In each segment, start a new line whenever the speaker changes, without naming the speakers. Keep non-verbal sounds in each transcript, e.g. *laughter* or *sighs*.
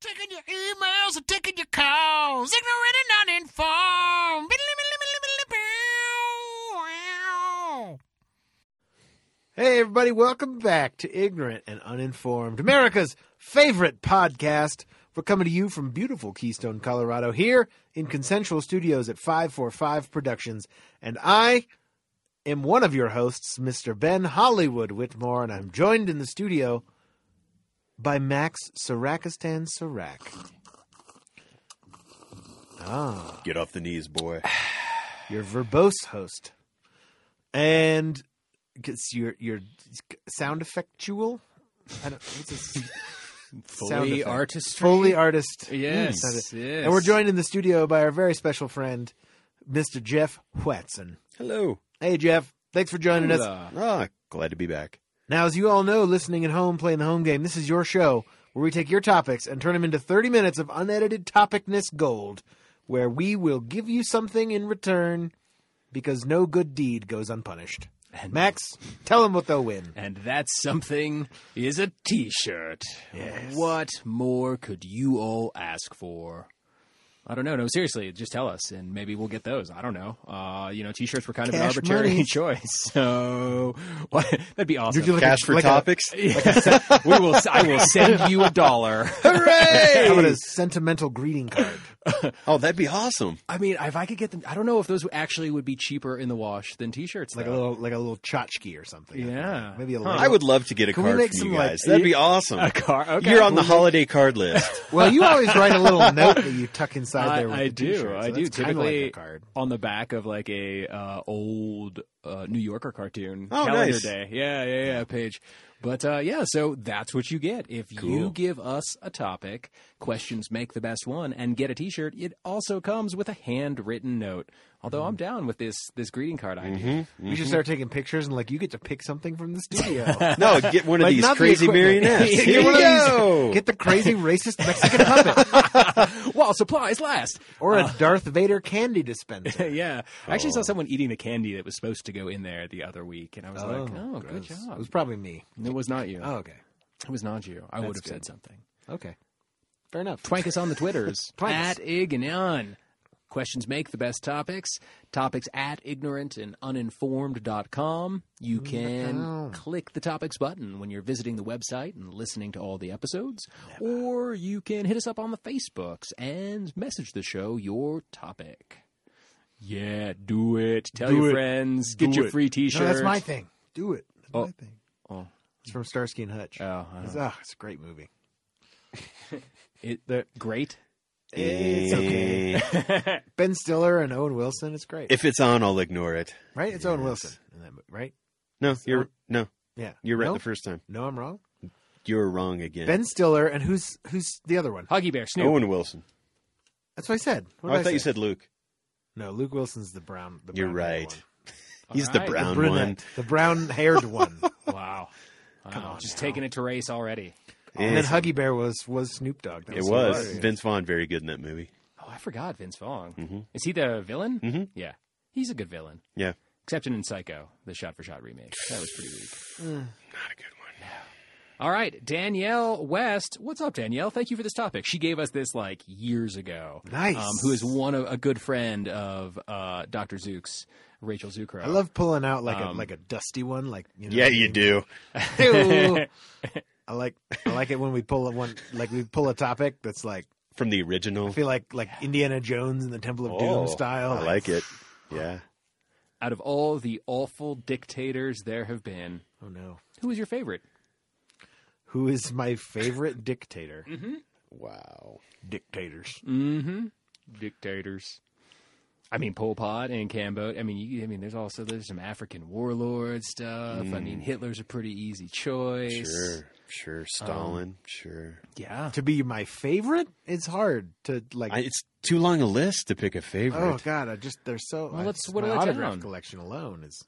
Taking your emails and taking your calls. Ignorant and uninformed.
Hey, everybody, welcome back to Ignorant and Uninformed, America's favorite podcast. We're coming to you from beautiful Keystone, Colorado, here in consensual studios at 545 Productions. And I am one of your hosts, Mr. Ben Hollywood Whitmore, and I'm joined in the studio by Max Sarakistan Sarak. Ah.
Get off the knees, boy.
your verbose host, and because you're you're sound effectual. I don't. What's this? Sound
*laughs* Fully
effect.
artistry.
Foley artist. Hmm,
Yes,
Sound effect.
yes.
And we're joined in the studio by our very special friend, Mr. Jeff Whetson.
Hello.
Hey, Jeff. Thanks for joining us.
Hola.
Ah, glad to be back.
Now, as you all know, listening at home, playing the home game, this is your show where we take your topics and turn them into 30 minutes of unedited topicness gold, where we will give you something in return because no good deed goes unpunished. Max, tell them what they'll
*laughs*
win.
And that something is a T-shirt. What more could you all ask for? I don't know. No, seriously, just tell us, and maybe we'll get those. I don't know. Uh, you know, T-shirts were kind of an
Cash
arbitrary
money.
*laughs* choice, so *laughs* what, that'd be awesome.
do like
Cash
a- *laughs*
for
like a-
topics?
*laughs* we will. I will send you
*laughs*
a dollar.
How about
Hooray!
a sentimental greeting card?
oh, that'd be awesome.
I mean, if I could get them, I don't know if those actually would be cheaper in the wash than T-shirts.
Like a
though.
little, like a little tchotchke or something.
Yeah.
maybe a.
Huh.
Lego.
I would love to get a
Oh. Can we
card
make
from
some,
you
like-
guys.
*laughs*
that'd be awesome.
a car. Okay,
You're on the
We'll-
holiday card list.
Well, you always write a
*laughs*
little note that you tuck inside
I,
there. With
I
the
do.
T-shirt, so
I do.
that's kinda
Typically,
like a card.
on the back of like a uh, old uh, New Yorker cartoon
Oh,
calendar
nice.
day. Yeah, yeah, yeah. Page. But uh, yeah, so that's what you get if
Cool.
you give us a topic. Questions make the best one, and get a T-shirt. It also comes with a handwritten note. Although
Mm-hmm.
I'm down with this this greeting card idea.
We should start taking pictures and like you get to pick something from the
*laughs*
studio.
No, get one of
Like,
these
not the
crazy
equipment. *laughs*
marionettes.
Get
Here
one
we
of these-
go.
Get the crazy racist Mexican
*laughs*
puppet Mm-hmm.
*laughs* While supplies last. *laughs*
or a Darth Vader candy dispenser.
yeah, I actually
Oh.
saw someone eating the candy that was supposed to go in there the other week, and I was like, "Oh, good
gross. It
job."
was probably me.
It was not you.
Oh, okay.
It was not you. I would have
good.
said something.
Okay. Fair enough.
Twank us on the Twitters
*laughs* Twank us.
at Ignon. Questions make the best topics. Topics at ignorant and uninformed.com.
Mm,
You can click the topics button when you're visiting the website and listening to all the episodes, or you can hit us up on the Facebooks and message the show your topic. Yeah, do it. Tell your
it.
friends. Get your free t shirt.
No, that's my thing. Do it. That's
Oh.
my thing.
Oh.
It's from Starsky and Hutch.
Uh-huh.
Oh, I
it's,
know.
ah, it's a great movie.
It, great.
*laughs* It's okay.
Eh,
Ben Stiller and Owen Wilson. It's great.
If it's on, I'll ignore it.
right? It's Owen Wilson. In that, mo- right?
No, you're no,
Yeah.
you're right
No?
the first time.
No, I'm wrong.
You're wrong again.
Ben Stiller and who's who's the other one?
Huggy Bear Snoop.
Oh,
Owen Wilson.
That's what I said. What did
Oh, I thought
say?
you said Luke.
no. Luke Wilson's the brown. The
You're
brown hair
right.
one.
He's
All
the
right. The
brown
brunette,
one.
the brown-haired
*laughs*
one.
Wow. Come on, just taking it to race already.
and
Eh,
then Huggy Bear was was Snoop Dogg. That
It
so
was
hard.
Vince Vaughn, very good in that movie.
Oh, I forgot Vince Vaughn. Is he the villain? Mm-hmm. Yeah, he's a good villain.
Mm-hmm. Yeah,
Except in Psycho, the shot-for-shot remake. That was pretty weak.
not a good one.
All right, Danielle West. What's up, Danielle? Thank you for this topic. She gave us this like years ago.
Nice.
Um, who is one of a good friend of uh, Dr. Zook's, Rachel Zucro.
I love pulling out like a like a dusty one, like you know,
Um, Yeah, you do.
do. I like I like it when we pull a one like we pull a topic that's like
From the original.
I feel like like Indiana Jones and the Temple of
Oh,
Doom style.
I like it. Yeah.
*laughs* Out of all the awful dictators there have been,
Oh no,
who is your favorite?
who is my favorite
*laughs*
dictator?
Mm-hmm. Wow.
Dictators.
Mm-hmm. Dictators. I mean, Pol Pot and Cambodia. I mean, you, I mean, there's also there's some African warlord stuff. I mean, Hitler's a pretty easy choice.
Sure.
Um,
Sure. Stalin. sure.
Yeah.
To be my favorite, it's hard to like.
I, it's too long a list to pick a favorite.
oh God, I just they're so.
Well,
I
let's-
just-
what do
my
I
autograph
down?
collection alone is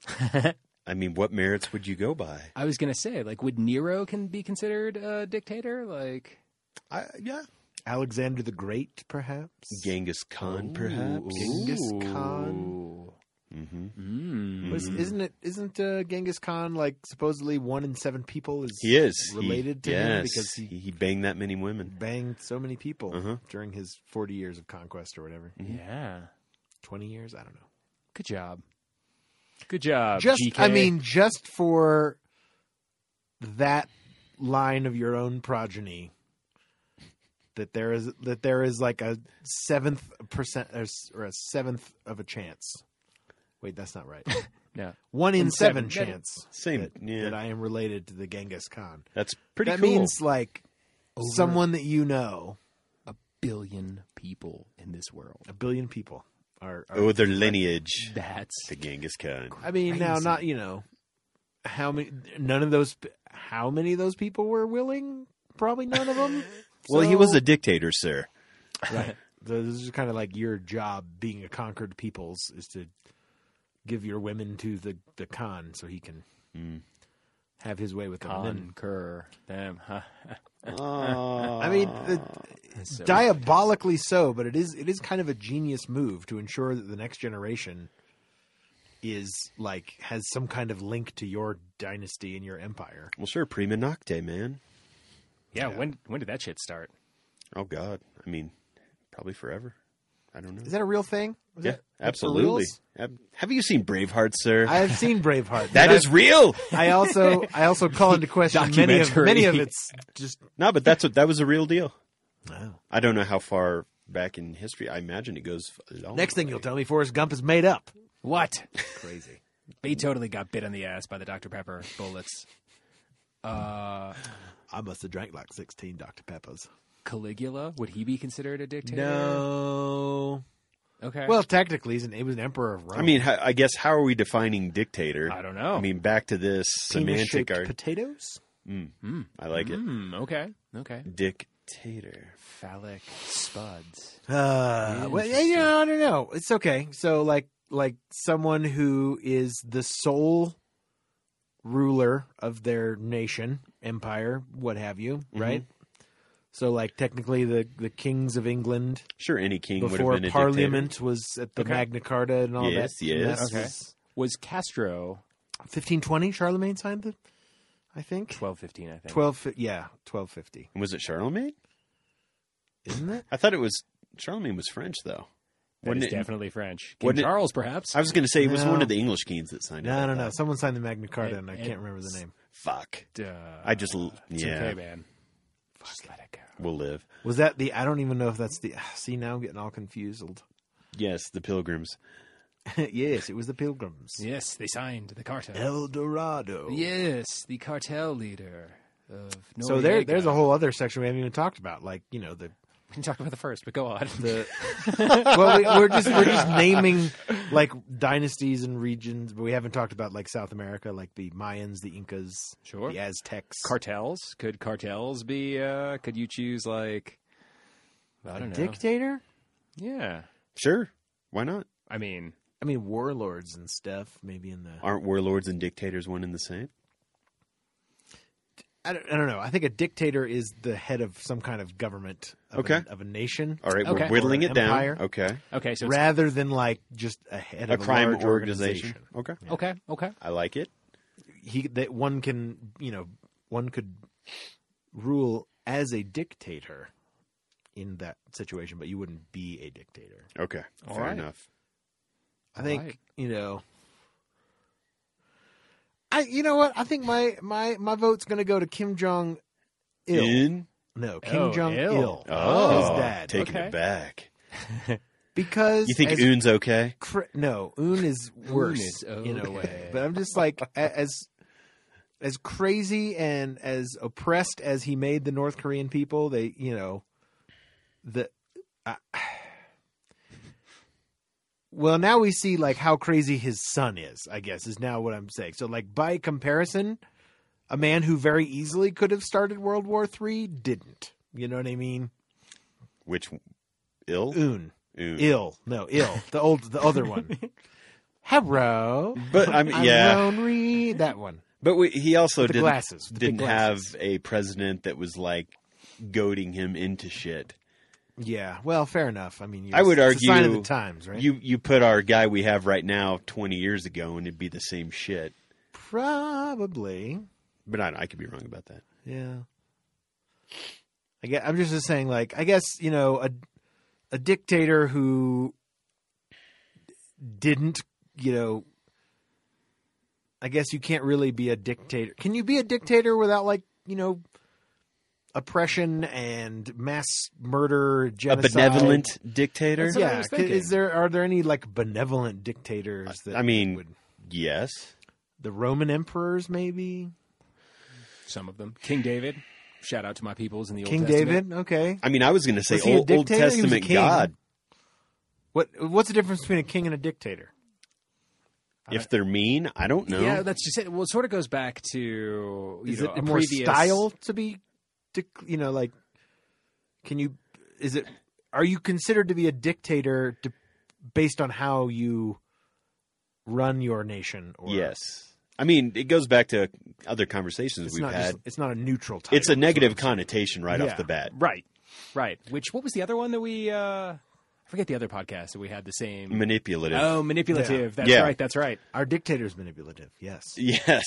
I mean, what merits would you go by?
I was gonna say, like, would Nero can be considered a dictator? Like,
I, yeah.
Alexander the Great, perhaps.
Genghis Khan, perhaps. Mm-hmm.
Genghis Khan. Mm.
Ooh. Mm.
What is- Isn't it? Isn't uh, Genghis Khan like supposedly one in seven people is
He is
related to
he,
him
yes,
because he
he banged that many women.
banged so many people
Uh-huh.
during his forty years of conquest or whatever.
Yeah.
Twenty years, I don't know.
Good job. Good
Uh,
job.
just I
GK.
mean, just for that line of your own progeny, that there is that there is like a seventh percent or s- or a seventh of a chance. Wait, that's not
*laughs*
right.
no.
One in,
In
seven,
seven.
chance
Same,
that,
yeah.
that I am related to the Genghis Khan.
That's pretty
that
cool.
means like someone that you know,
billion people in this world.
a billion people are. are
oh, their lineage,
That's
the Genghis Khan.
I mean, now
crazy.
not you know how many. None of those. How many of those people were willing? Probably none of
*laughs*
them.
Well, he was
So-
a dictator, sir. *laughs*
Right. So this is kind of like your job, being a conquered peoples, is to give your women to the the Khan so he can
Hmm.
have his way with them. And
concur them. Huh? *laughs*
then- *laughs* I mean, the,
So-
diabolically so, but it is it is kind of a genius move to ensure that the next generation is like has some kind of link to your dynasty and your empire.
well, sure, prima nocte, man.
yeah, When when did that shit start?
Oh God, I mean, probably forever. I don't know.
Is that a real thing? Was
yeah,
that- that's for
absolutely.
reals?
Ab- Have you seen Braveheart, sir?
I have seen Braveheart.
*laughs* that
but *laughs*
is real.
I, I also I also call into question many of
Documentary.
many of its just.
no, but that's what that was a real deal.
Wow.
I don't know how far back in history. I imagine it goes. a long
Next thing
way.
you'll tell me, Forrest Gump is made up.
What?
Crazy.
*laughs* They totally got bit in the ass by the Dr. Pepper bullets. Uh,
I must have drank like sixteen Dr Peppers.
Caligula, would he be considered a dictator?
No.
Okay.
Well, technically, he's an, he was an emperor of Rome.
I mean, ho- I guess how are we defining dictator?
I don't know.
I mean, back to this
penis-shaped
semantic. Ar-
potatoes.
Mm.
I like it.
Mm, okay. Okay.
Mm-hmm.
Dictator.
Phallic spuds.
Uh, well, yeah, you know, I don't know. It's okay. So, like, like someone who is the sole ruler of their nation, empire, what have you,
Mm-hmm.
right? So, like, technically, the the kings of England
Sure, any king would have
before
been a
Parliament was at the
Okay.
Magna Carta and all
Yes,
that. mess.
yes.
Okay. Was Castro
1520, Charlemagne signed the, I think.
1215, I think.
12, fi- yeah, 1250,
dictator. Was it Charlemagne?
isn't it?
I thought it was Charlemagne was French though.
That is
Wouldn't it-
definitely French. King
wouldn't it-
Charles, perhaps?
I was going to say it was
No.
one of the English kings that signed it.
No,
I
no,
thought.
no. Someone signed the Magna Carta,
It-
and I
it-
can't remember the name.
Fuck.
Duh.
I just l-
It's
yeah.
okay, man. Just let it go.
We'll live.
Was that the? I don't even know if that's the. *sighs* See, now I'm getting all confused.
Yes, the Pilgrims.
*laughs* yes, it was the Pilgrims.
Yes, they signed the cartel.
El Dorado. Oh,
Yes, the cartel leader of Noriega.
So there, there's a whole other section we haven't even talked about. Like you know the
We can talk about the first, but go on. *laughs*
the. well, we, we're just we're *laughs* just naming like dynasties and regions, but we haven't talked about like South America, like the Mayans, the Incas,
Sure.
the Aztecs,
cartels? Could cartels be? uh Could you choose like? I don't know.
dictator.
Yeah,
Sure. Why not?
I mean,
I mean warlords and stuff. Maybe in the.
Aren't warlords and dictators one and the same?
I don't, I don't know. I think a dictator is the head of some kind of government of,
Okay.
an- of a nation.
All right,
Okay.
we're whittling
Or an
it down.
empire.
Okay.
okay, so it's,
rather than like just a head
A
of
crime
large
organization. Okay.
okay, okay,
I like it.
He that one can you know one could rule as a dictator in that situation, but you wouldn't be a dictator.
Okay.
All
Fair
right.
enough.
I think
Right.
you know. I you know what I think my my my vote's going to go to Kim Jong Il.
In.
No, Kim
Oh,
Jong Il.
Il.
Oh,
his dad.
taking
Okay.
it back.
because
You think
as
Un's okay?
cr- no un is worse
is
in a
okay.
way but i'm just like a- as as crazy and as oppressed as he made the north korean people they you know the I well now we see like how crazy his son is i guess is now what i'm saying so like by comparison a man who very easily could have started world war three didn't you know what i mean
Which ill?
un
Un.
ill no ill the old the other one *laughs* hello
But I mean, yeah.
lonely. That one.
But we, he also
the
didn't,
glasses, the big
didn't have
glasses.
a president that was like goading him into shit.
Yeah. Well, fair enough. I mean, you
I would
it's a sign of
argue
the times, right?
You you put our guy we have right now 20 years ago, and it'd be the same shit.
probably.
But I, I could be wrong about that.
Yeah. I guess, I'm just saying, like, I guess you know, a a dictator who didn't, you know, I guess you can't really be a dictator. Can you be a dictator without, like, you know, oppression and mass murder, genocide?
A benevolent dictator?
That's what I
Yeah.
was
c-
thinking.
Is there are there any like benevolent dictators? That
I mean-
would,
yes.
the Roman emperors, maybe
Some of them. King David. Shout out to my peoples in the
King
Old Testament.
David. Okay.
I mean, I was going to say
Was he a
Old, Old
dictator? He was a
Testament
king.
God.
What what's the difference between a king and a dictator?
If they're mean, I don't know.
Yeah, that's just it. Well, it sort of goes back to you
Is
know,
it
a
more
previous...
style to be, dic- you know, like, can you? Is it? Are you considered to be a dictator de- based on how you run your nation? Or
yes. I mean, it goes back to other conversations
it's
we've
not.
had.
Just, it's not a neutral title.
it's a
is what
negative
I'm saying.
connotation right
Yeah.
off the bat.
Right. Right. Which what was the other one that we uh I forget the other podcast that we had the same
Manipulative.
Oh, manipulative. That's
Yeah.
right. That's right.
Our dictator's manipulative. Yes.
Yes.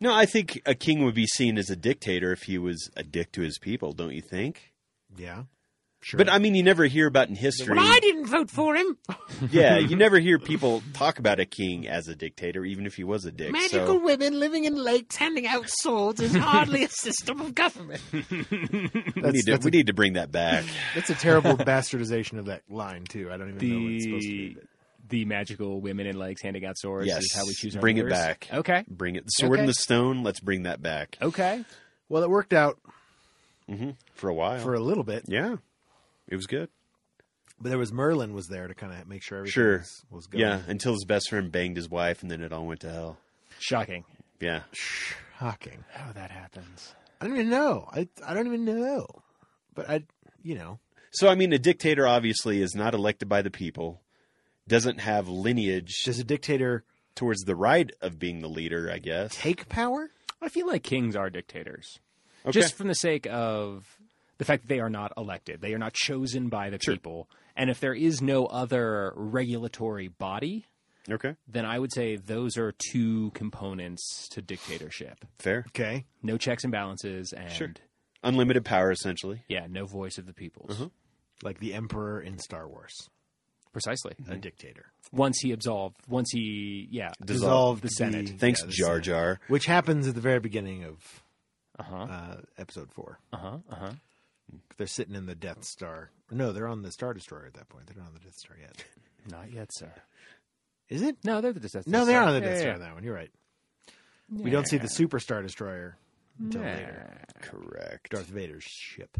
No, I think a king would be seen as a dictator if he was a dick to his people, don't you think?
Yeah. Sure.
But I mean, you never hear about in history.
didn't vote for him.
*laughs*
yeah, you never hear people talk about a king as a dictator, even if he was a dick. so,
women living in lakes handing out swords is hardly a system of government.
we, need to,
that's
we need to bring that back.
That's a terrible
*laughs*
bastardization of that line too. I don't even know what it's supposed to be.
The the magical women in legs handing out swords
Yes.
is how we choose our
Bring it
leaders.
back.
Okay.
Bring it. Sword
Okay.
in the stone. Let's bring that back
Okay.
Well, it worked out
for a while.
for a little bit,
yeah, it was good.
but there was Merlin was there to kind of make sure everything
Sure.
was, was good.
Yeah, until his best friend banged his wife, and then it all went to hell.
Shocking.
Yeah,
Shocking.
How that happens.
I don't even know. I I don't even know. But I, you know,
So I mean, a dictator obviously is not elected by the people, doesn't have lineage
does a dictator
towards the right of being the leader. I guess.
take power?
I feel like kings are dictators.
Okay.
Just from the sake of the fact that they are not elected, they are not chosen by the people. And if there is no other regulatory body,
Okay.
then I would say those are two components to dictatorship.
Fair.
Okay.
No checks and balances and
Sure. Unlimited power, essentially.
yeah, no voice of the peoples.
Like the emperor in Star Wars,
Precisely.
a dictator.
Once he absolved, once he yeah,
Dissolved
the Senate.
Thanks,
yeah, the
Jar
Senate.
Jar.
Which happens at the very beginning of
Uh-huh.
uh, episode four.
Uh-huh. Uh-huh.
They're sitting in the Death Star. No, they're on the Star Destroyer at that point. They're not on the Death Star yet.
Not yet, sir.
Is it?
No, they're the Death
No, they're
Star.
not on the
Yeah,
Death Star
yeah,
in that one. You're right. We don't see the Super Star Destroyer until
yeah.
later.
Correct.
Darth Vader's ship.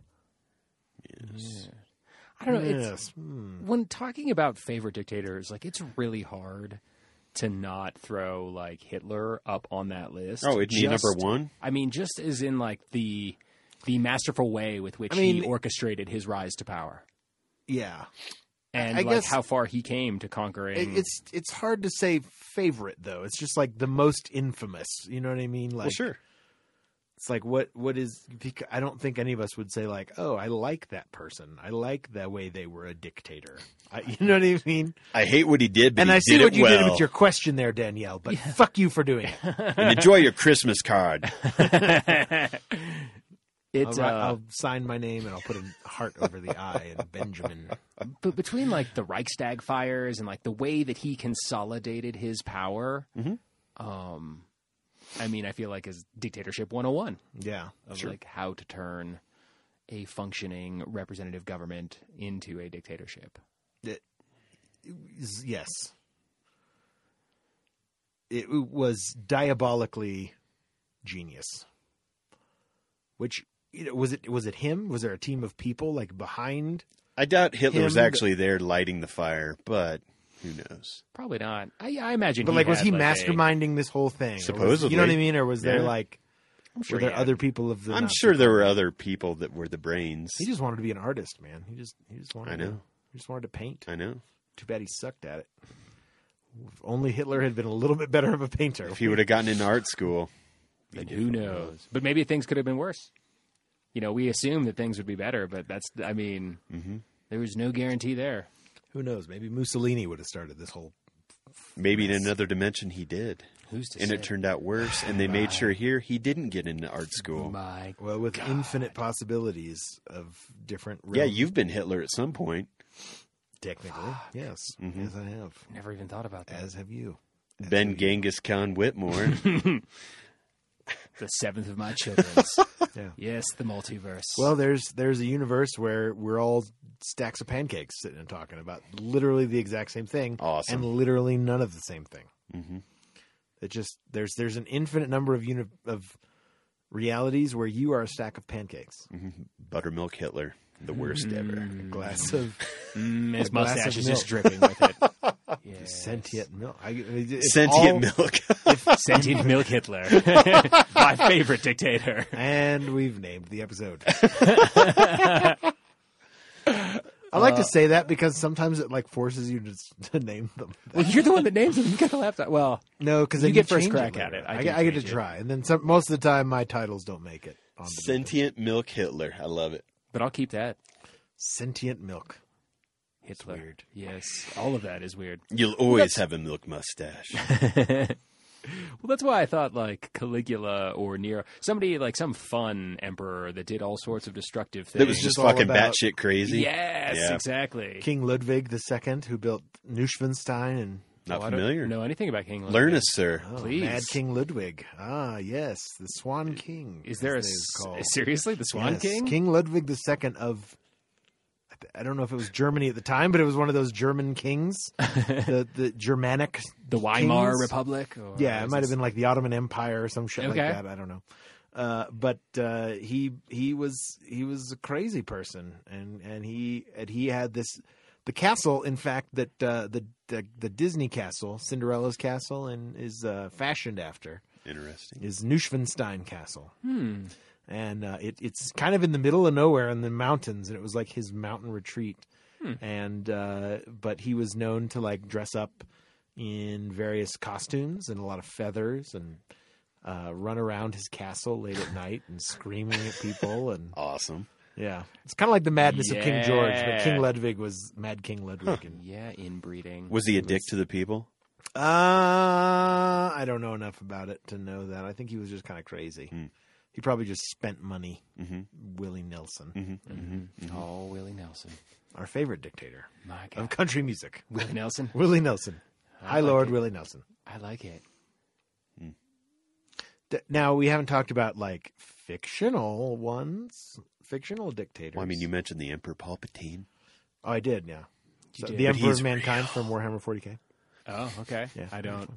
I don't know. It's,
yes. Hmm.
when talking about favorite dictators, like it's really hard to not throw like Hitler up on that list.
Oh, it's
Just-
number one.
I mean, just as in like the the masterful way with which
I mean-
he orchestrated his rise to power,
Yeah.
and
I
like
guess-
how far he came to
It-
conquering.
it's *laughs* it's hard to say favorite though. It's just like the most infamous. You know what I mean? Like
well, sure.
it's like what what is? bec- I don't think any of us would say like, oh, I like that person. I like the way they were a dictator. I, you know what I
*laughs*
mean?
I hate what he did, but
and
he
I see
did
what
it
you
well.
did with your question there, Danielle. But fuck you for doing
*laughs*
it.
and
*laughs*
enjoy your Christmas card.
I'll,
*laughs* it's
write-
uh,
I'll sign my name and I'll put a heart over
*laughs*
the eye and Benjamin.
but between like the Reichstag fires and like the way that he consolidated his power.
Mhm.
Mm-hmm.
Um, I mean, I feel like is dictatorship 101.
Yeah.
of
Sure.
like how to turn a functioning representative government into a dictatorship.
Z- Yes. It was diabolically genius. Which you know, was it was it him? Was there a team of people like behind?
I doubt Hitler was
Him-
actually there lighting the fire, but who knows?
Probably not. I, I imagine.
But like was
had,
he
a-
masterminding this whole thing? Or was- You
Supposedly.
know what I mean? Or was there
Yeah.
like
I'm sure
were there
he had.
other people of the
I'm
Nazi
sure there were
party?
other people that were the brains.
He just wanted to be an artist, man. He just he just wanted
I
To,
know.
he just wanted to paint.
I know.
Too bad he sucked at it. If only Hitler had been a little bit better of a painter.
If he would have gotten into art school,
But who knows? But
Mm-hmm.
maybe things could have been worse. You know, we assume that things would be better, but that's. I mean, There is no guarantee there.
Who knows? Maybe Mussolini would have started this whole.
Maybe in another dimension he did.
Who's to
and
say?
it turned out worse, and they made sure here he didn't get into art school.
My
Well, with infinite possibilities of different. Realms,
Yeah, you've been Hitler at some point.
technically yes,
Mm-hmm.
yes I have,
never even thought about that.
as have you.
Been Genghis
*laughs*
Khan Whitmore.
The seventh of my children's. *laughs*
Yeah.
Yes, the multiverse.
Well, there's there's a universe where we're all stacks of pancakes sitting and talking about literally the exact same thing,
Awesome.
and literally none of the same thing.
Mhm.
It just there's there's an infinite number of uni- of realities where you are a stack of pancakes,
Mm-hmm. Buttermilk Hitler, the worst ever.
a glass
*laughs*
of
Mm, his
A glass
mustache
of
is just
milk.
dripping with it. *laughs* Yes.
sentient milk. I, it's all-
Sentient milk. *laughs*
Sentient milk Hitler. *laughs* My favorite dictator.
And we've named the
*laughs*
episode. I
Uh,
like to say that because sometimes it like forces you to, *laughs* to name them.
Well, you're the one that names him. You got the laptop. Well,
No, because
You
then
get
you
first
change
crack
it
at
later.
it. I
I,
do
get- I get to
change it.
try, and then some, most of the time my titles don't make it. On the
Sentient milk Hitler. I love it.
but I'll keep that.
sentient milk.
Hitler.
weird.
Yes, all of that is *laughs* weird.
You'll always have a
*laughs*
milk mustache.
Well, that's why I thought like Caligula or Nero, somebody like some fun emperor that did all sorts of destructive things.
That was just
all
fucking
about-
batshit crazy.
yes,
Yeah.
exactly.
King Ludwig II, who built Neuschwanstein and
Not
Well, I don't
familiar.
know anything about King? Ludwig.
Learn us, sir.
oh,
Please.
Mad King Ludwig. Ah, yes, the Swan King.
Is there a,
as they
s-
call.
seriously the Swan
Yes,
King?
King Ludwig II of I th- I don't know if it was Germany at the time, but it was one of those German
*laughs*
kings, the the Germanic,
the Weimar
Kings?
Republic? Or
Yeah, it
is
might have
Oh, this-
been like the Ottoman Empire or some shit
Okay.
like that. I don't know. Uh, but uh, he he was he was a crazy person, and and he and he had this the castle. In fact, that uh, the, the the Disney castle, Cinderella's castle, and is uh, fashioned after
Interesting.
is Neuschwanstein Castle,
Hmm.
and uh, it, it's kind of in the middle of nowhere in the mountains, and it was like his mountain retreat. And uh, but he was known to like dress up in various costumes and a lot of feathers and uh, run around his castle late at night and screaming at people and
Awesome.
yeah, it's kind of like the madness of King George, but King
Yeah.
Ludwig was Mad King Ludwig.
*laughs*
And,
Yeah, inbreeding.
Was he a dick to the people?
uh, I don't know enough about it to know that. I think he was just kind of crazy. He probably just spent money.
Mm-hmm,
Willie Nelson,
Oh, Willie Nelson.
our favorite dictator
My
of
God,
country music.
Willie Nelson.
Willie Nelson. High
like
Lord
it.
Willie Nelson.
I like it.
D- now, we haven't talked about like fictional ones, fictional dictators.
Well, I mean, you mentioned the Emperor Palpatine.
Oh, I did, yeah.
You
So,
did.
the
But
Emperor
he's
of Mankind from Warhammer
*laughs*
40K.
Oh, okay.
Yeah.
I don't.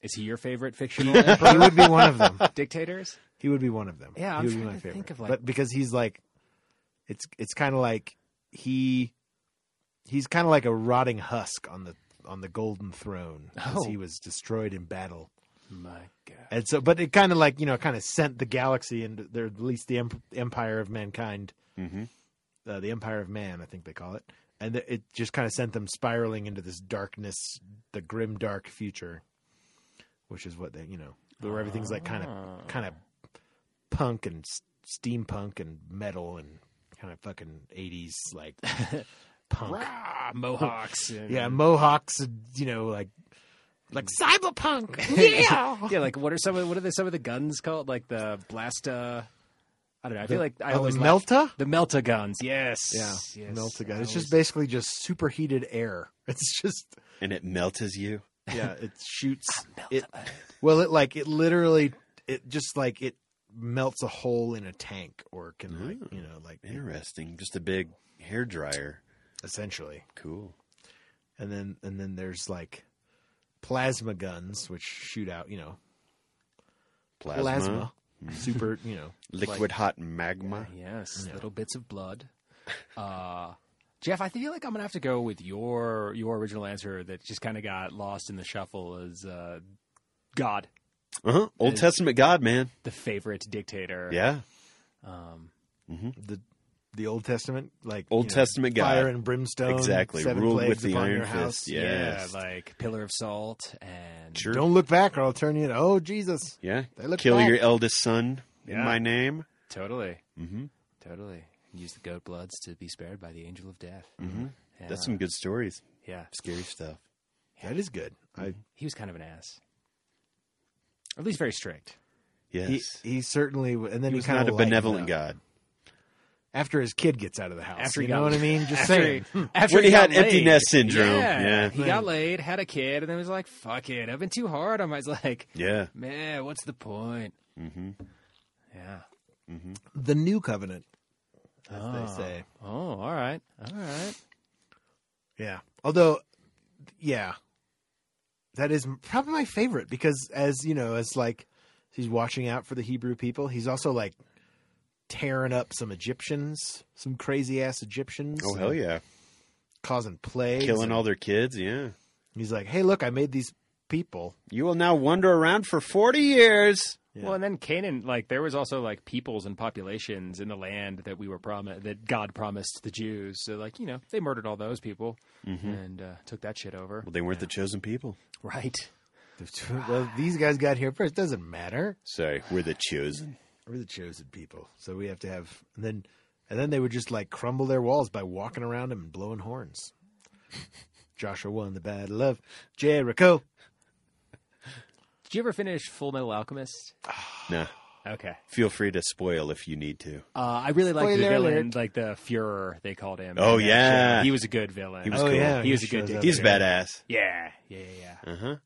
Is he your favorite
*laughs*
fictional emperor?
He would be one of them.
*laughs* dictators?
He would be one of them.
Yeah,
he
I'm
would be
trying
my
to
favorite.
think of, like-
but because he's like, it's it's kind of like he, he's kind of like a rotting husk on the on the golden throne 'cause
Oh.
he was destroyed in battle.
My God.
And so, but it kind of like you know, kind of sent the galaxy and their at least the em- empire of mankind,
Mm-hmm.
uh, the empire of man, I think they call it, and th- it just kind of sent them spiraling into this darkness, the grim dark future, which is what they you know, where everything's like kind
Ah.
of kind of punk and s- steampunk and metal and kind of fucking eighties
*laughs*
like punk,
Rah,
*laughs*
Mohawks. And,
yeah, mohawks, and, you know, like like
*laughs*
cyberpunk, yeah.
Yeah, like what are some of what are the, some of the guns called? Like the Blasta. I don't know. I feel like I
Oh,
always like-
Melta.
the Melta guns. Yes.
Yeah,
Yes.
melts a
I
gun. It's just
always-
basically just superheated air. It's just
And it melts you.
yeah, it shoots it. Well, it like it literally it just like it melts a hole in a tank or can like you know like
Interesting. Just a big hair dryer.
essentially.
Cool.
And then and then there's like plasma guns which shoot out you know
Plasma.
plasma, super you know
Liquid hot magma.
Ah, yes, little bits of blood. *laughs* Uh, Jeff, I feel like I'm gonna have to go with your your original answer that just kind of got lost in the shuffle as uh, God,
Uh huh. Old Testament God, man.
the favorite dictator. Um,
Yeah.
the the Old Testament like
Old
you know,
Testament guy.
fire and brimstone
Exactly.
seven
Ruled
plagues
with the
upon
iron
your house.
fist. Yes.
Yeah, like pillar of salt and
Sure.
Don't look back or I'll turn you into oh Jesus.
Yeah.
They look
Kill
back.
your eldest son in
Yeah.
my name.
totally,
Mm-hmm.
totally. Use the goat bloods to be spared by the angel of death. Yeah.
mm-hmm. That's some good stories.
yeah.
Scary stuff.
That is good. I,
He was kind of an ass, or at least very strict.
he,
Yes.
he certainly, w- and then
He
he,
was
kind
not a
of
benevolent god.
After his kid gets out of the house,
After he
you know
got- *laughs*
what I mean? Just
After
*laughs* saying.
he- after
When he
got
had empty
laid.
nest syndrome, yeah.
he got laid, had a kid, and then was like, "Fuck it, I've been too hard on my." *laughs* It's like,
Yeah.
man, what's the point? Mm-hmm. Yeah.
the new covenant, as
Oh.
they say.
Oh, all right, all right.
Yeah. Although, yeah, that is m- probably my favorite because, as you know, as like he's watching out for the Hebrew people, he's also like tearing up some Egyptians, some crazy ass Egyptians.
Oh hell
and
yeah.
Causing plagues,
Killing
and
all their kids, yeah.
He's like, hey, look, I made these people. *laughs*
You will now wander around for 40 years.
Yeah.
Well, and then Canaan, like there was also like peoples and populations in the land that we were promised that God promised the Jews. So, like you know, they murdered all those people and uh, took that shit over.
Well, they weren't the chosen people.
Right.
well, these guys got here first. Doesn't matter.
Sorry, we're the chosen.
We're the chosen people, so we have to have. And then, and then they would just like crumble their walls by walking around them and blowing
*laughs*
horns. Joshua won the battle of Jericho.
Did you ever finish Full Metal Alchemist?
Nah.
Okay.
Feel free to spoil if you need to.
Uh, I really liked the
Spoiler
villain,
alert.
like the Führer, they called him.
Oh,
And, uh,
yeah.
he was a good villain.
He was
oh
cool.
yeah,
He was a good
shows
dude.
up
He's
there.
badass.
yeah, yeah, yeah,
Uh huh.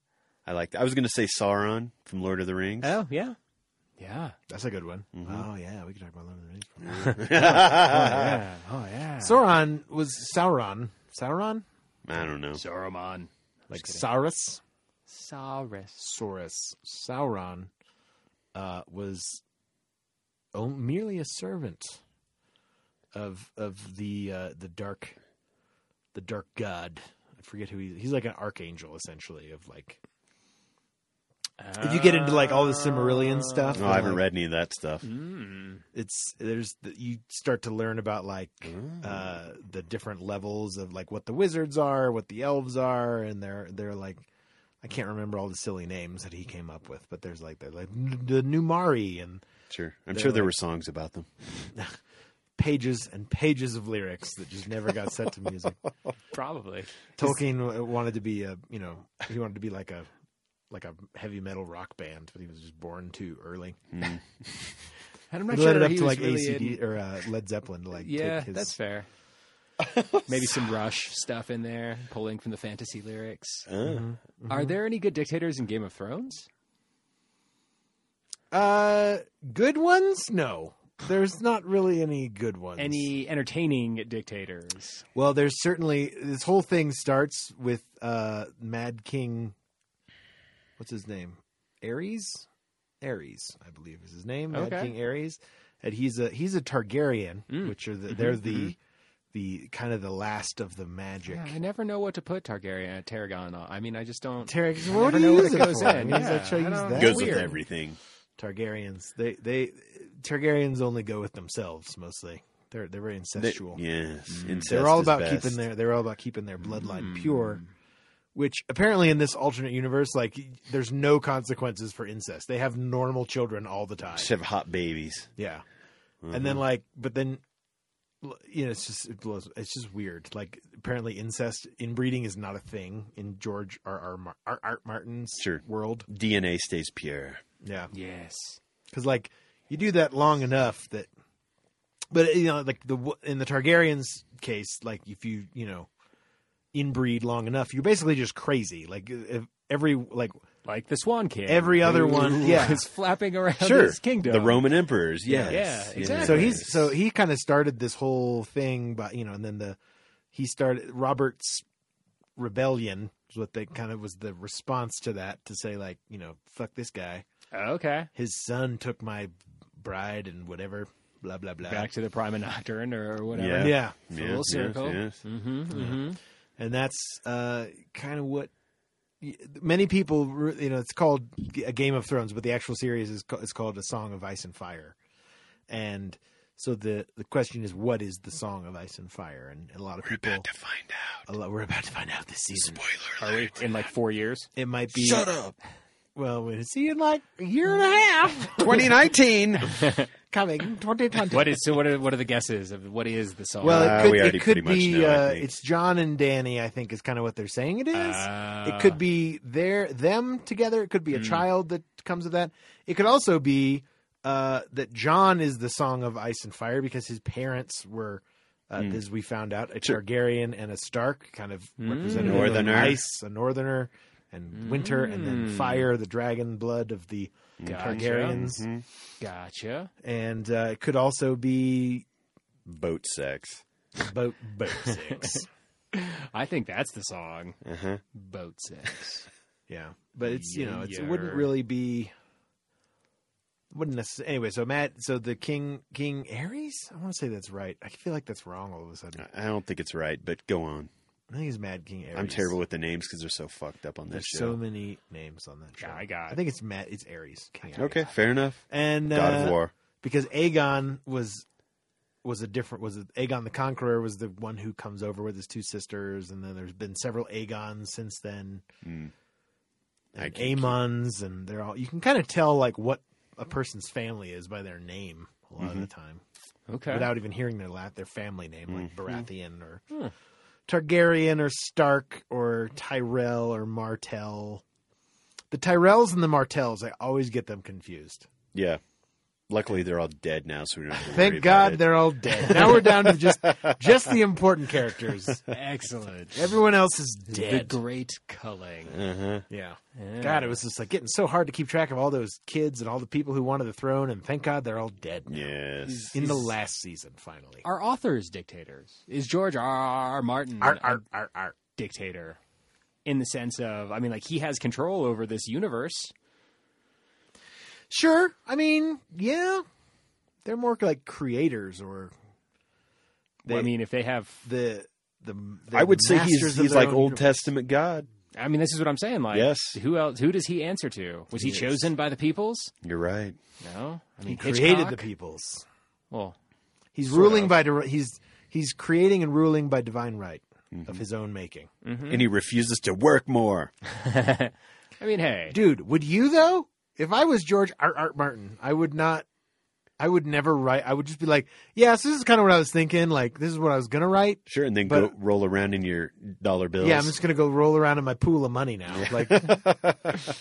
I like that. I was going to say Sauron from Lord of the Rings. *laughs*
yeah. Oh yeah,
*laughs*
yeah,
That's a good one.
Mm-hmm.
Oh yeah, we can talk about Lord of the Rings.
yeah. Oh yeah.
Sauron was Sauron. Sauron,
I don't know.
Saruman.
like Saurus,
Saurus.
Saurus, Sauron, uh, was o- merely a servant of of the uh, the dark the dark god. I forget who he's. He's like an archangel, essentially. Of like,
Oh.
if you get into like all the Cimmerillion stuff,
No, Oh, I haven't
like,
read any of that stuff.
Mm.
it's there's the, you start to learn about like
Mm.
uh, the different levels of like what the wizards are, what the elves are, and they're they're like I can't remember all the silly names that he came up with, but there's like they're like n- the Numari and
Sure. I'm
They're
sure there
like-
were songs about them.
pages and pages of lyrics that just never got set to
*laughs*
music.
Probably.
Tolkien w- wanted to be a you know he wanted to be like a like a heavy metal rock band, but he was just born too early.
And I'm
It led
not sure
it up
he
to
was
like
really
ACD
in-
or uh, Led Zeppelin to like
Yeah,
take his
that's
*laughs*
fair. Maybe some Rush stuff in there, pulling from the fantasy lyrics.
Oh. Mm-hmm.
Uh,
Are there any good dictators in Game of Thrones?
Uh, good ones? No. There's not really any good ones.
Any entertaining dictators?
Well, there's certainly this whole thing starts with uh Mad King what's his name? Ares? Ares, I believe is his name. Mad
Okay.
King Ares. And he's a he's a Targaryen,
Mm.
which are the, they're the the kind of the last of the magic.
Yeah, I never know what to put Targaryen and Tarragon on. I mean, I just don't.
Targaryen,
I
what
never
do you
know what
use
it
it
goes
for?
in.
What does
Yeah,
that show
I
you use
don't-
that?
goes
weird.
with everything.
Targaryens. They they Targaryens only go with themselves mostly. They're they're very
They-
incestual.
yes. Incest
Mm. they're all
is
about
best. Mm.
keeping their they're all about keeping their bloodline pure which apparently in this alternate universe like there's no consequences for incest they have normal children all the time
Just have hot babies. Mm-hmm.
yeah and then like but then l- you know it's just it blows it's just weird like apparently incest inbreeding is not a thing in george r r, Mar- r. r. martin's
Sure.
world
DNA stays pure.
yeah
Yes.
because like you do that long enough that but you know like the in the targaryens case like if you you know inbreed long enough you're basically just crazy like if every like
Like the Swan King.
Every other
who *laughs*
one, yeah.
is flapping around
Sure.
his kingdom.
The Roman emperors. Yes.
Yeah, exactly.
so he's so he kind of started this whole thing but you know and then the he started robert's rebellion is what they kind of was the response to that to say like you know fuck this guy
Okay.
his son took my bride and whatever blah blah blah
Back to the Prima Nocturne or whatever.
Yeah.
yeah
It's a little
Yes, yes,
circle.
yes.
Mm-hmm, mm-hmm.
and that's uh, kind of what many people re- you know it's called a game of thrones but the actual series is, ca- is called a song of ice and fire and so the the question is what is the song of ice and fire and a lot of people
find out.
a lot, we're about to find out this season
Spoiler
Are we in like four years?
it might be
Shut up.
well we'll see in like a year and a half
2019.
coming 2020.
*laughs* What is so? What are what are the guesses of what is the song?
Well,
Uh,
it could,
we already
it could
pretty
be
much know, I
uh,
think. Uh,
it's John and Danny. I think is kind of what they're saying it is.
Ah.
it could be their them together. It could be a child that comes of that. It could also be uh, that John is the song of Ice and Fire because his parents were, uh, as we found out, a Targaryen and a Stark, kind of representative
Northerner.
of ice, a Northerner, and winter, and then fire, the dragon blood of the
Gotcha.
Targaryens,
gotcha.
and uh, it could also be
Boat sex.
boat boat six.
I think that's the song.
Uh-huh.
Boat sex.
Yeah, but it's you know it's, it wouldn't
Year.
really be wouldn't necessarily anyway. So Matt, so the king King Ares, I want to say that's right. I feel like that's wrong all of a sudden.
I don't think it's right, but go on.
I think it's Mad King Ares.
I'm terrible with the names because they're so fucked up on this
There's
show.
so many names on that show.
I got
I
it.
think it's Matt. It's Ares. King Ares.
Okay, fair enough.
and
God
uh,
of War.
because Aegon was was a different was it Aegon the Conqueror was the one who comes over with his two sisters, and then there's been several Aegons since then,
Hmm. I
and
can't-
Aemons, and they're all you can kind of tell like what a person's family is by their name a
Mm-hmm.
lot of the time
Okay.
without even hearing their la- their family name
Mm-hmm.
like Baratheon or
Hmm.
Targaryen or Stark or Tyrell or Martell. The Tyrells and the Martells, I always get them confused.
Yeah. Luckily, they're all dead now, so we don't have to worry
Thank
about
God
it.
they're all dead. *laughs* Now we're down to just just the important characters.
Excellent.
Everyone else is
The
dead.
Great Culling.
Uh-huh.
yeah.
Yeah.
God, it was just like getting so hard to keep track of all those kids and all the people who wanted the throne, and thank God they're all dead now.
Yes.
In the last season, finally.
Are authors dictators? Is George R. R. Martin
Art, art, art, art.
a dictator? In the sense of, I mean, like he has control over this universe.
Sure. I mean, yeah. They're more like creators or
Well, I mean, if they have,
the the.
I would
the
say he's
masters of
he's
their
like
own
Old
universe.
Testament God.
I mean, this is what I'm saying. Like,
Yes.
who else? Who does he answer to? Was he
Yes.
chosen by the peoples?
You're right.
No. I mean,
He created the
Hitchcock?
peoples.
Well,
He's ruling by dir- he's he's creating and ruling by divine right
Mm-hmm.
of his own making.
And
Mm-hmm.
he refuses to work more.
mm-hmm. *laughs* I mean, hey,
Dude, would you though? If I was George Art Art Martin, I would not. I would never write. I would just be like, "Yes, this is kind of what I was thinking. Like, this is what I was gonna write.
Sure, and then
But-
go roll around in your dollar bills.
Yeah, I'm just gonna go roll around in my pool of money now,
*laughs*
like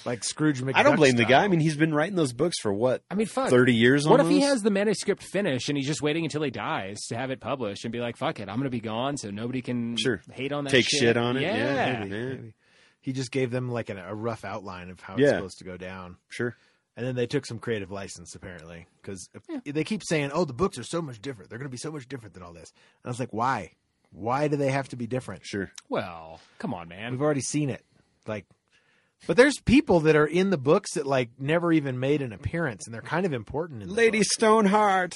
like Scrooge McDuck.
I don't blame the
style.
guy. I mean, he's been writing those books for what
I mean, fuck.
thirty years.
What if
almost?
he has the manuscript finished and he's just waiting until he dies to have it published and be like, "Fuck it, I'm going to be gone, so nobody can
Sure.
hate on that
take
shit.
shit. on it?
Yeah,
Yeah, yeah.
Maybe. he just gave them like an, a rough outline of how it's
Yeah.
supposed to go down.
sure.
And then they took some creative license, apparently, because they keep saying, "Oh, the books are so much different. They're going to be so much different than all this." And I was like, "Why? Why do they have to be different?
Sure.
Well, come on, man.
We've already seen it." Like, but there's people that are in the books that like never even made an appearance, and they're kind of important. In the
Lady
book.
Stoneheart.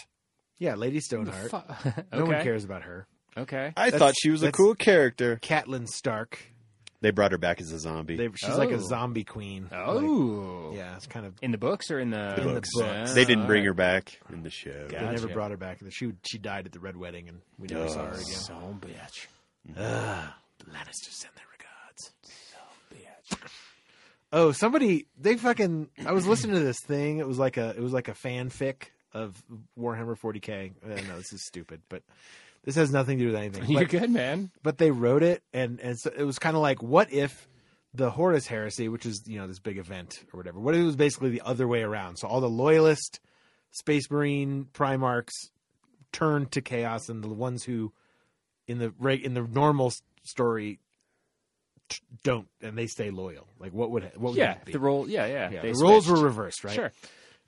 yeah, Lady Stoneheart.
Fu- okay. *laughs*
No one cares about her.
Okay.
I
That's-
thought she was a
that's-
cool character.
Catelyn Stark.
They brought her back as a zombie.
They, she's like
Oh.
a zombie queen. Like,
Oh,
yeah, it's kind of.
In the books Ah, or in the,
In the books. books.
they didn't
Uh,
bring her back in the show.
They never
Gotcha.
brought her back. She she died at the red wedding, and we never saw her again.
Son bitch.
Ugh. Lannisters send their regards. Oh, somebody they fucking I was listening to this thing. It was like a it was like a fanfic of Warhammer 40K. I don't know this is stupid, but this has nothing to do with
*laughs*
anything.
*laughs* You're
But,
good, man.
but they wrote it and and so it was kind of like what if the Horus Heresy, which is, you know, this big event or whatever. What if it was basically the other way around? So all the loyalist space marine primarchs turned to chaos and the ones who in the reg- in the normal s- story t- don't and they stay loyal like what would what would
Yeah,
that be?
the role. Yeah, yeah.
Yeah,
They
the roles were
switched.
reversed right
Sure.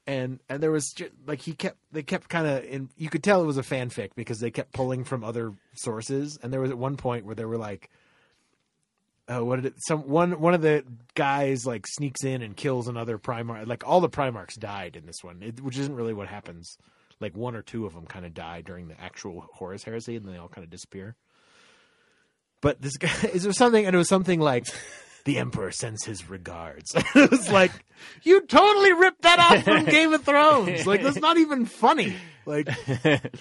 and and there was ju- like he kept they kept kind of in you could tell it was a fanfic because they kept pulling from other sources and there was at one point where they were like oh what did it some one one of the guys like sneaks in and kills another primarch like all the primarchs died in this one it, which isn't really what happens like one or two of them kind of die during the actual Horus heresy *laughs* and then they all kind of disappear but this guy is there something and it was something like The Emperor sends his regards. *laughs* it was like, you totally ripped that off
*laughs*
from Game of Thrones. Like, that's not even funny. Like,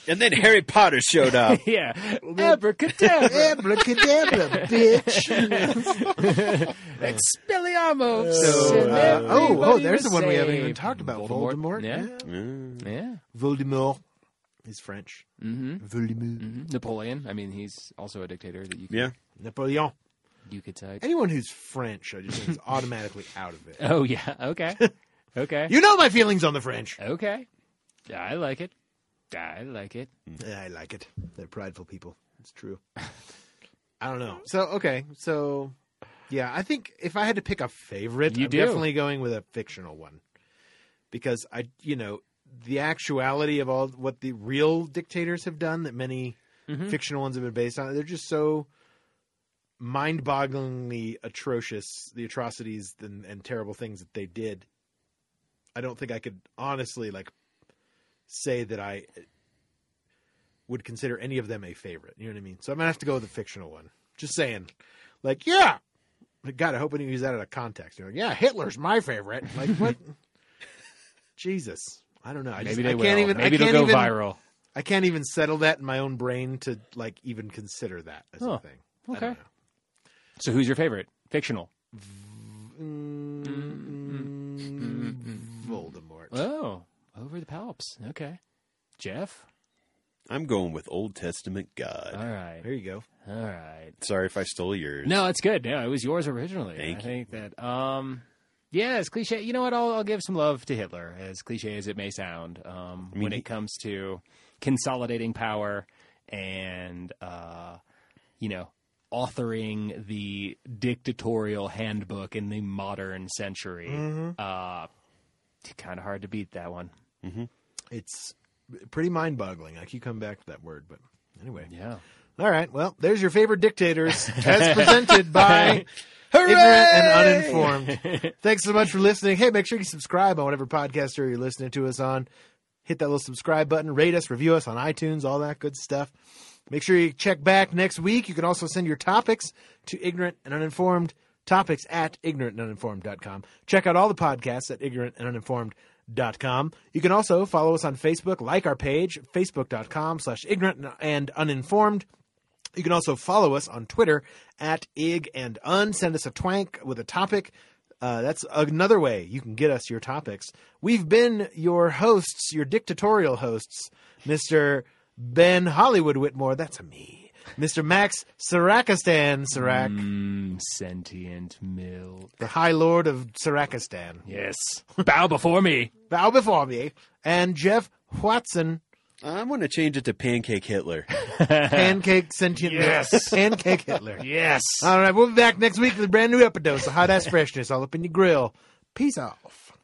And then Harry Potter showed up.
yeah.
*laughs*
Abracadabra.
abracadabra, *laughs* bitch.
Expelliarmus.
So,
and
uh, oh, oh,
everybody
there's the
was
one we haven't even
saved.
talked about.
Voldemort.
Voldemort.
*laughs*
Yeah.
Mm.
Yeah.
Voldemort is French.
Mm-hmm.
Voldemort.
Mhm. Napoleon. I mean, he's also a dictator that you could,
yeah.
Napoleon.
you could type.
Anyone who's French, I just think is automatically out of it. *laughs*
Oh yeah. Okay. Okay.
You know my feelings on the French.
okay. I like it. I like it.
I like it. They're prideful people. It's true. *laughs* I don't know. So okay. So yeah, I think if I had to pick a favorite,
You
I'm
do.
definitely going with a fictional one because I, you know, the actuality of all what the real dictators have done that many fictional ones have been based on, they're just so mind-bogglingly atrocious. The atrocities and, and terrible things that they did. I don't think I could honestly like say that I would consider any of them a favorite. You know what I mean? So I'm gonna have to go with the fictional one. Just saying, like, yeah, But God, I hope I didn't use that out of context. You're like, yeah, Hitler's my favorite. Like, what? *laughs* Jesus, I don't know. I, just,
Maybe they
I
will.
can't even. I
Maybe it'll
can't
go
even,
viral.
I can't even settle that in my own brain to like even consider that as
Huh.
a thing. I
Okay.
don't know.
So who's your favorite? Fictional.
Mm, Voldemort.
Oh, over the Palps. Okay. Jeff.
I'm going with Old Testament God.
All right.
There you go.
All right.
Sorry if I stole yours.
Uh, No, it's good. No, it was yours originally.
Thank
I
you.
think that. Um, yeah, it's cliche. You know what? I'll, I'll give some love to Hitler, as cliche as it may sound, um,
mean,
when
he-
it comes to consolidating power and, uh, you know, authoring the dictatorial handbook in the modern century. Uh, kind of hard to beat that one.
It's pretty mind-boggling. I keep coming back to that word, but anyway.
Yeah.
All right. Well, there's your favorite dictators as presented by
Hooray!
Ignorant and Uninformed. Thanks so much for listening. Hey, make sure you subscribe on whatever podcaster you're listening to us on. Hit that little subscribe button, rate us, review us on iTunes, all that good stuff. Make sure you check back next week. You can also send your topics to ignorant and uninformed topics at ignorantanduninformed.com. Check out all the podcasts at ignorantanduninformed.com. You can also follow us on Facebook, like our page, facebook.com slash ignorant and uninformed. You can also follow us on Twitter at ig and un. Send us a twank with a topic. Uh, that's another way you can get us your topics. We've been your hosts, your dictatorial hosts, Mr. Ben Hollywood Whitmore. That's me. Mr. Max Sarakistan Sarak,
Mm, sentient milk.
the High Lord of Sarakistan.
Yes. Bow before me.
Bow before me. And Jeff
*laughs*
Watson,
I want to change it to Pancake Hitler.
Pancake Sentient
Yes.
Pancake
*laughs*
Hitler.
Yes.
Ah.
All right, we'll be back next week with a brand new episode of Hot Ass Freshness all up in your grill. Peace off.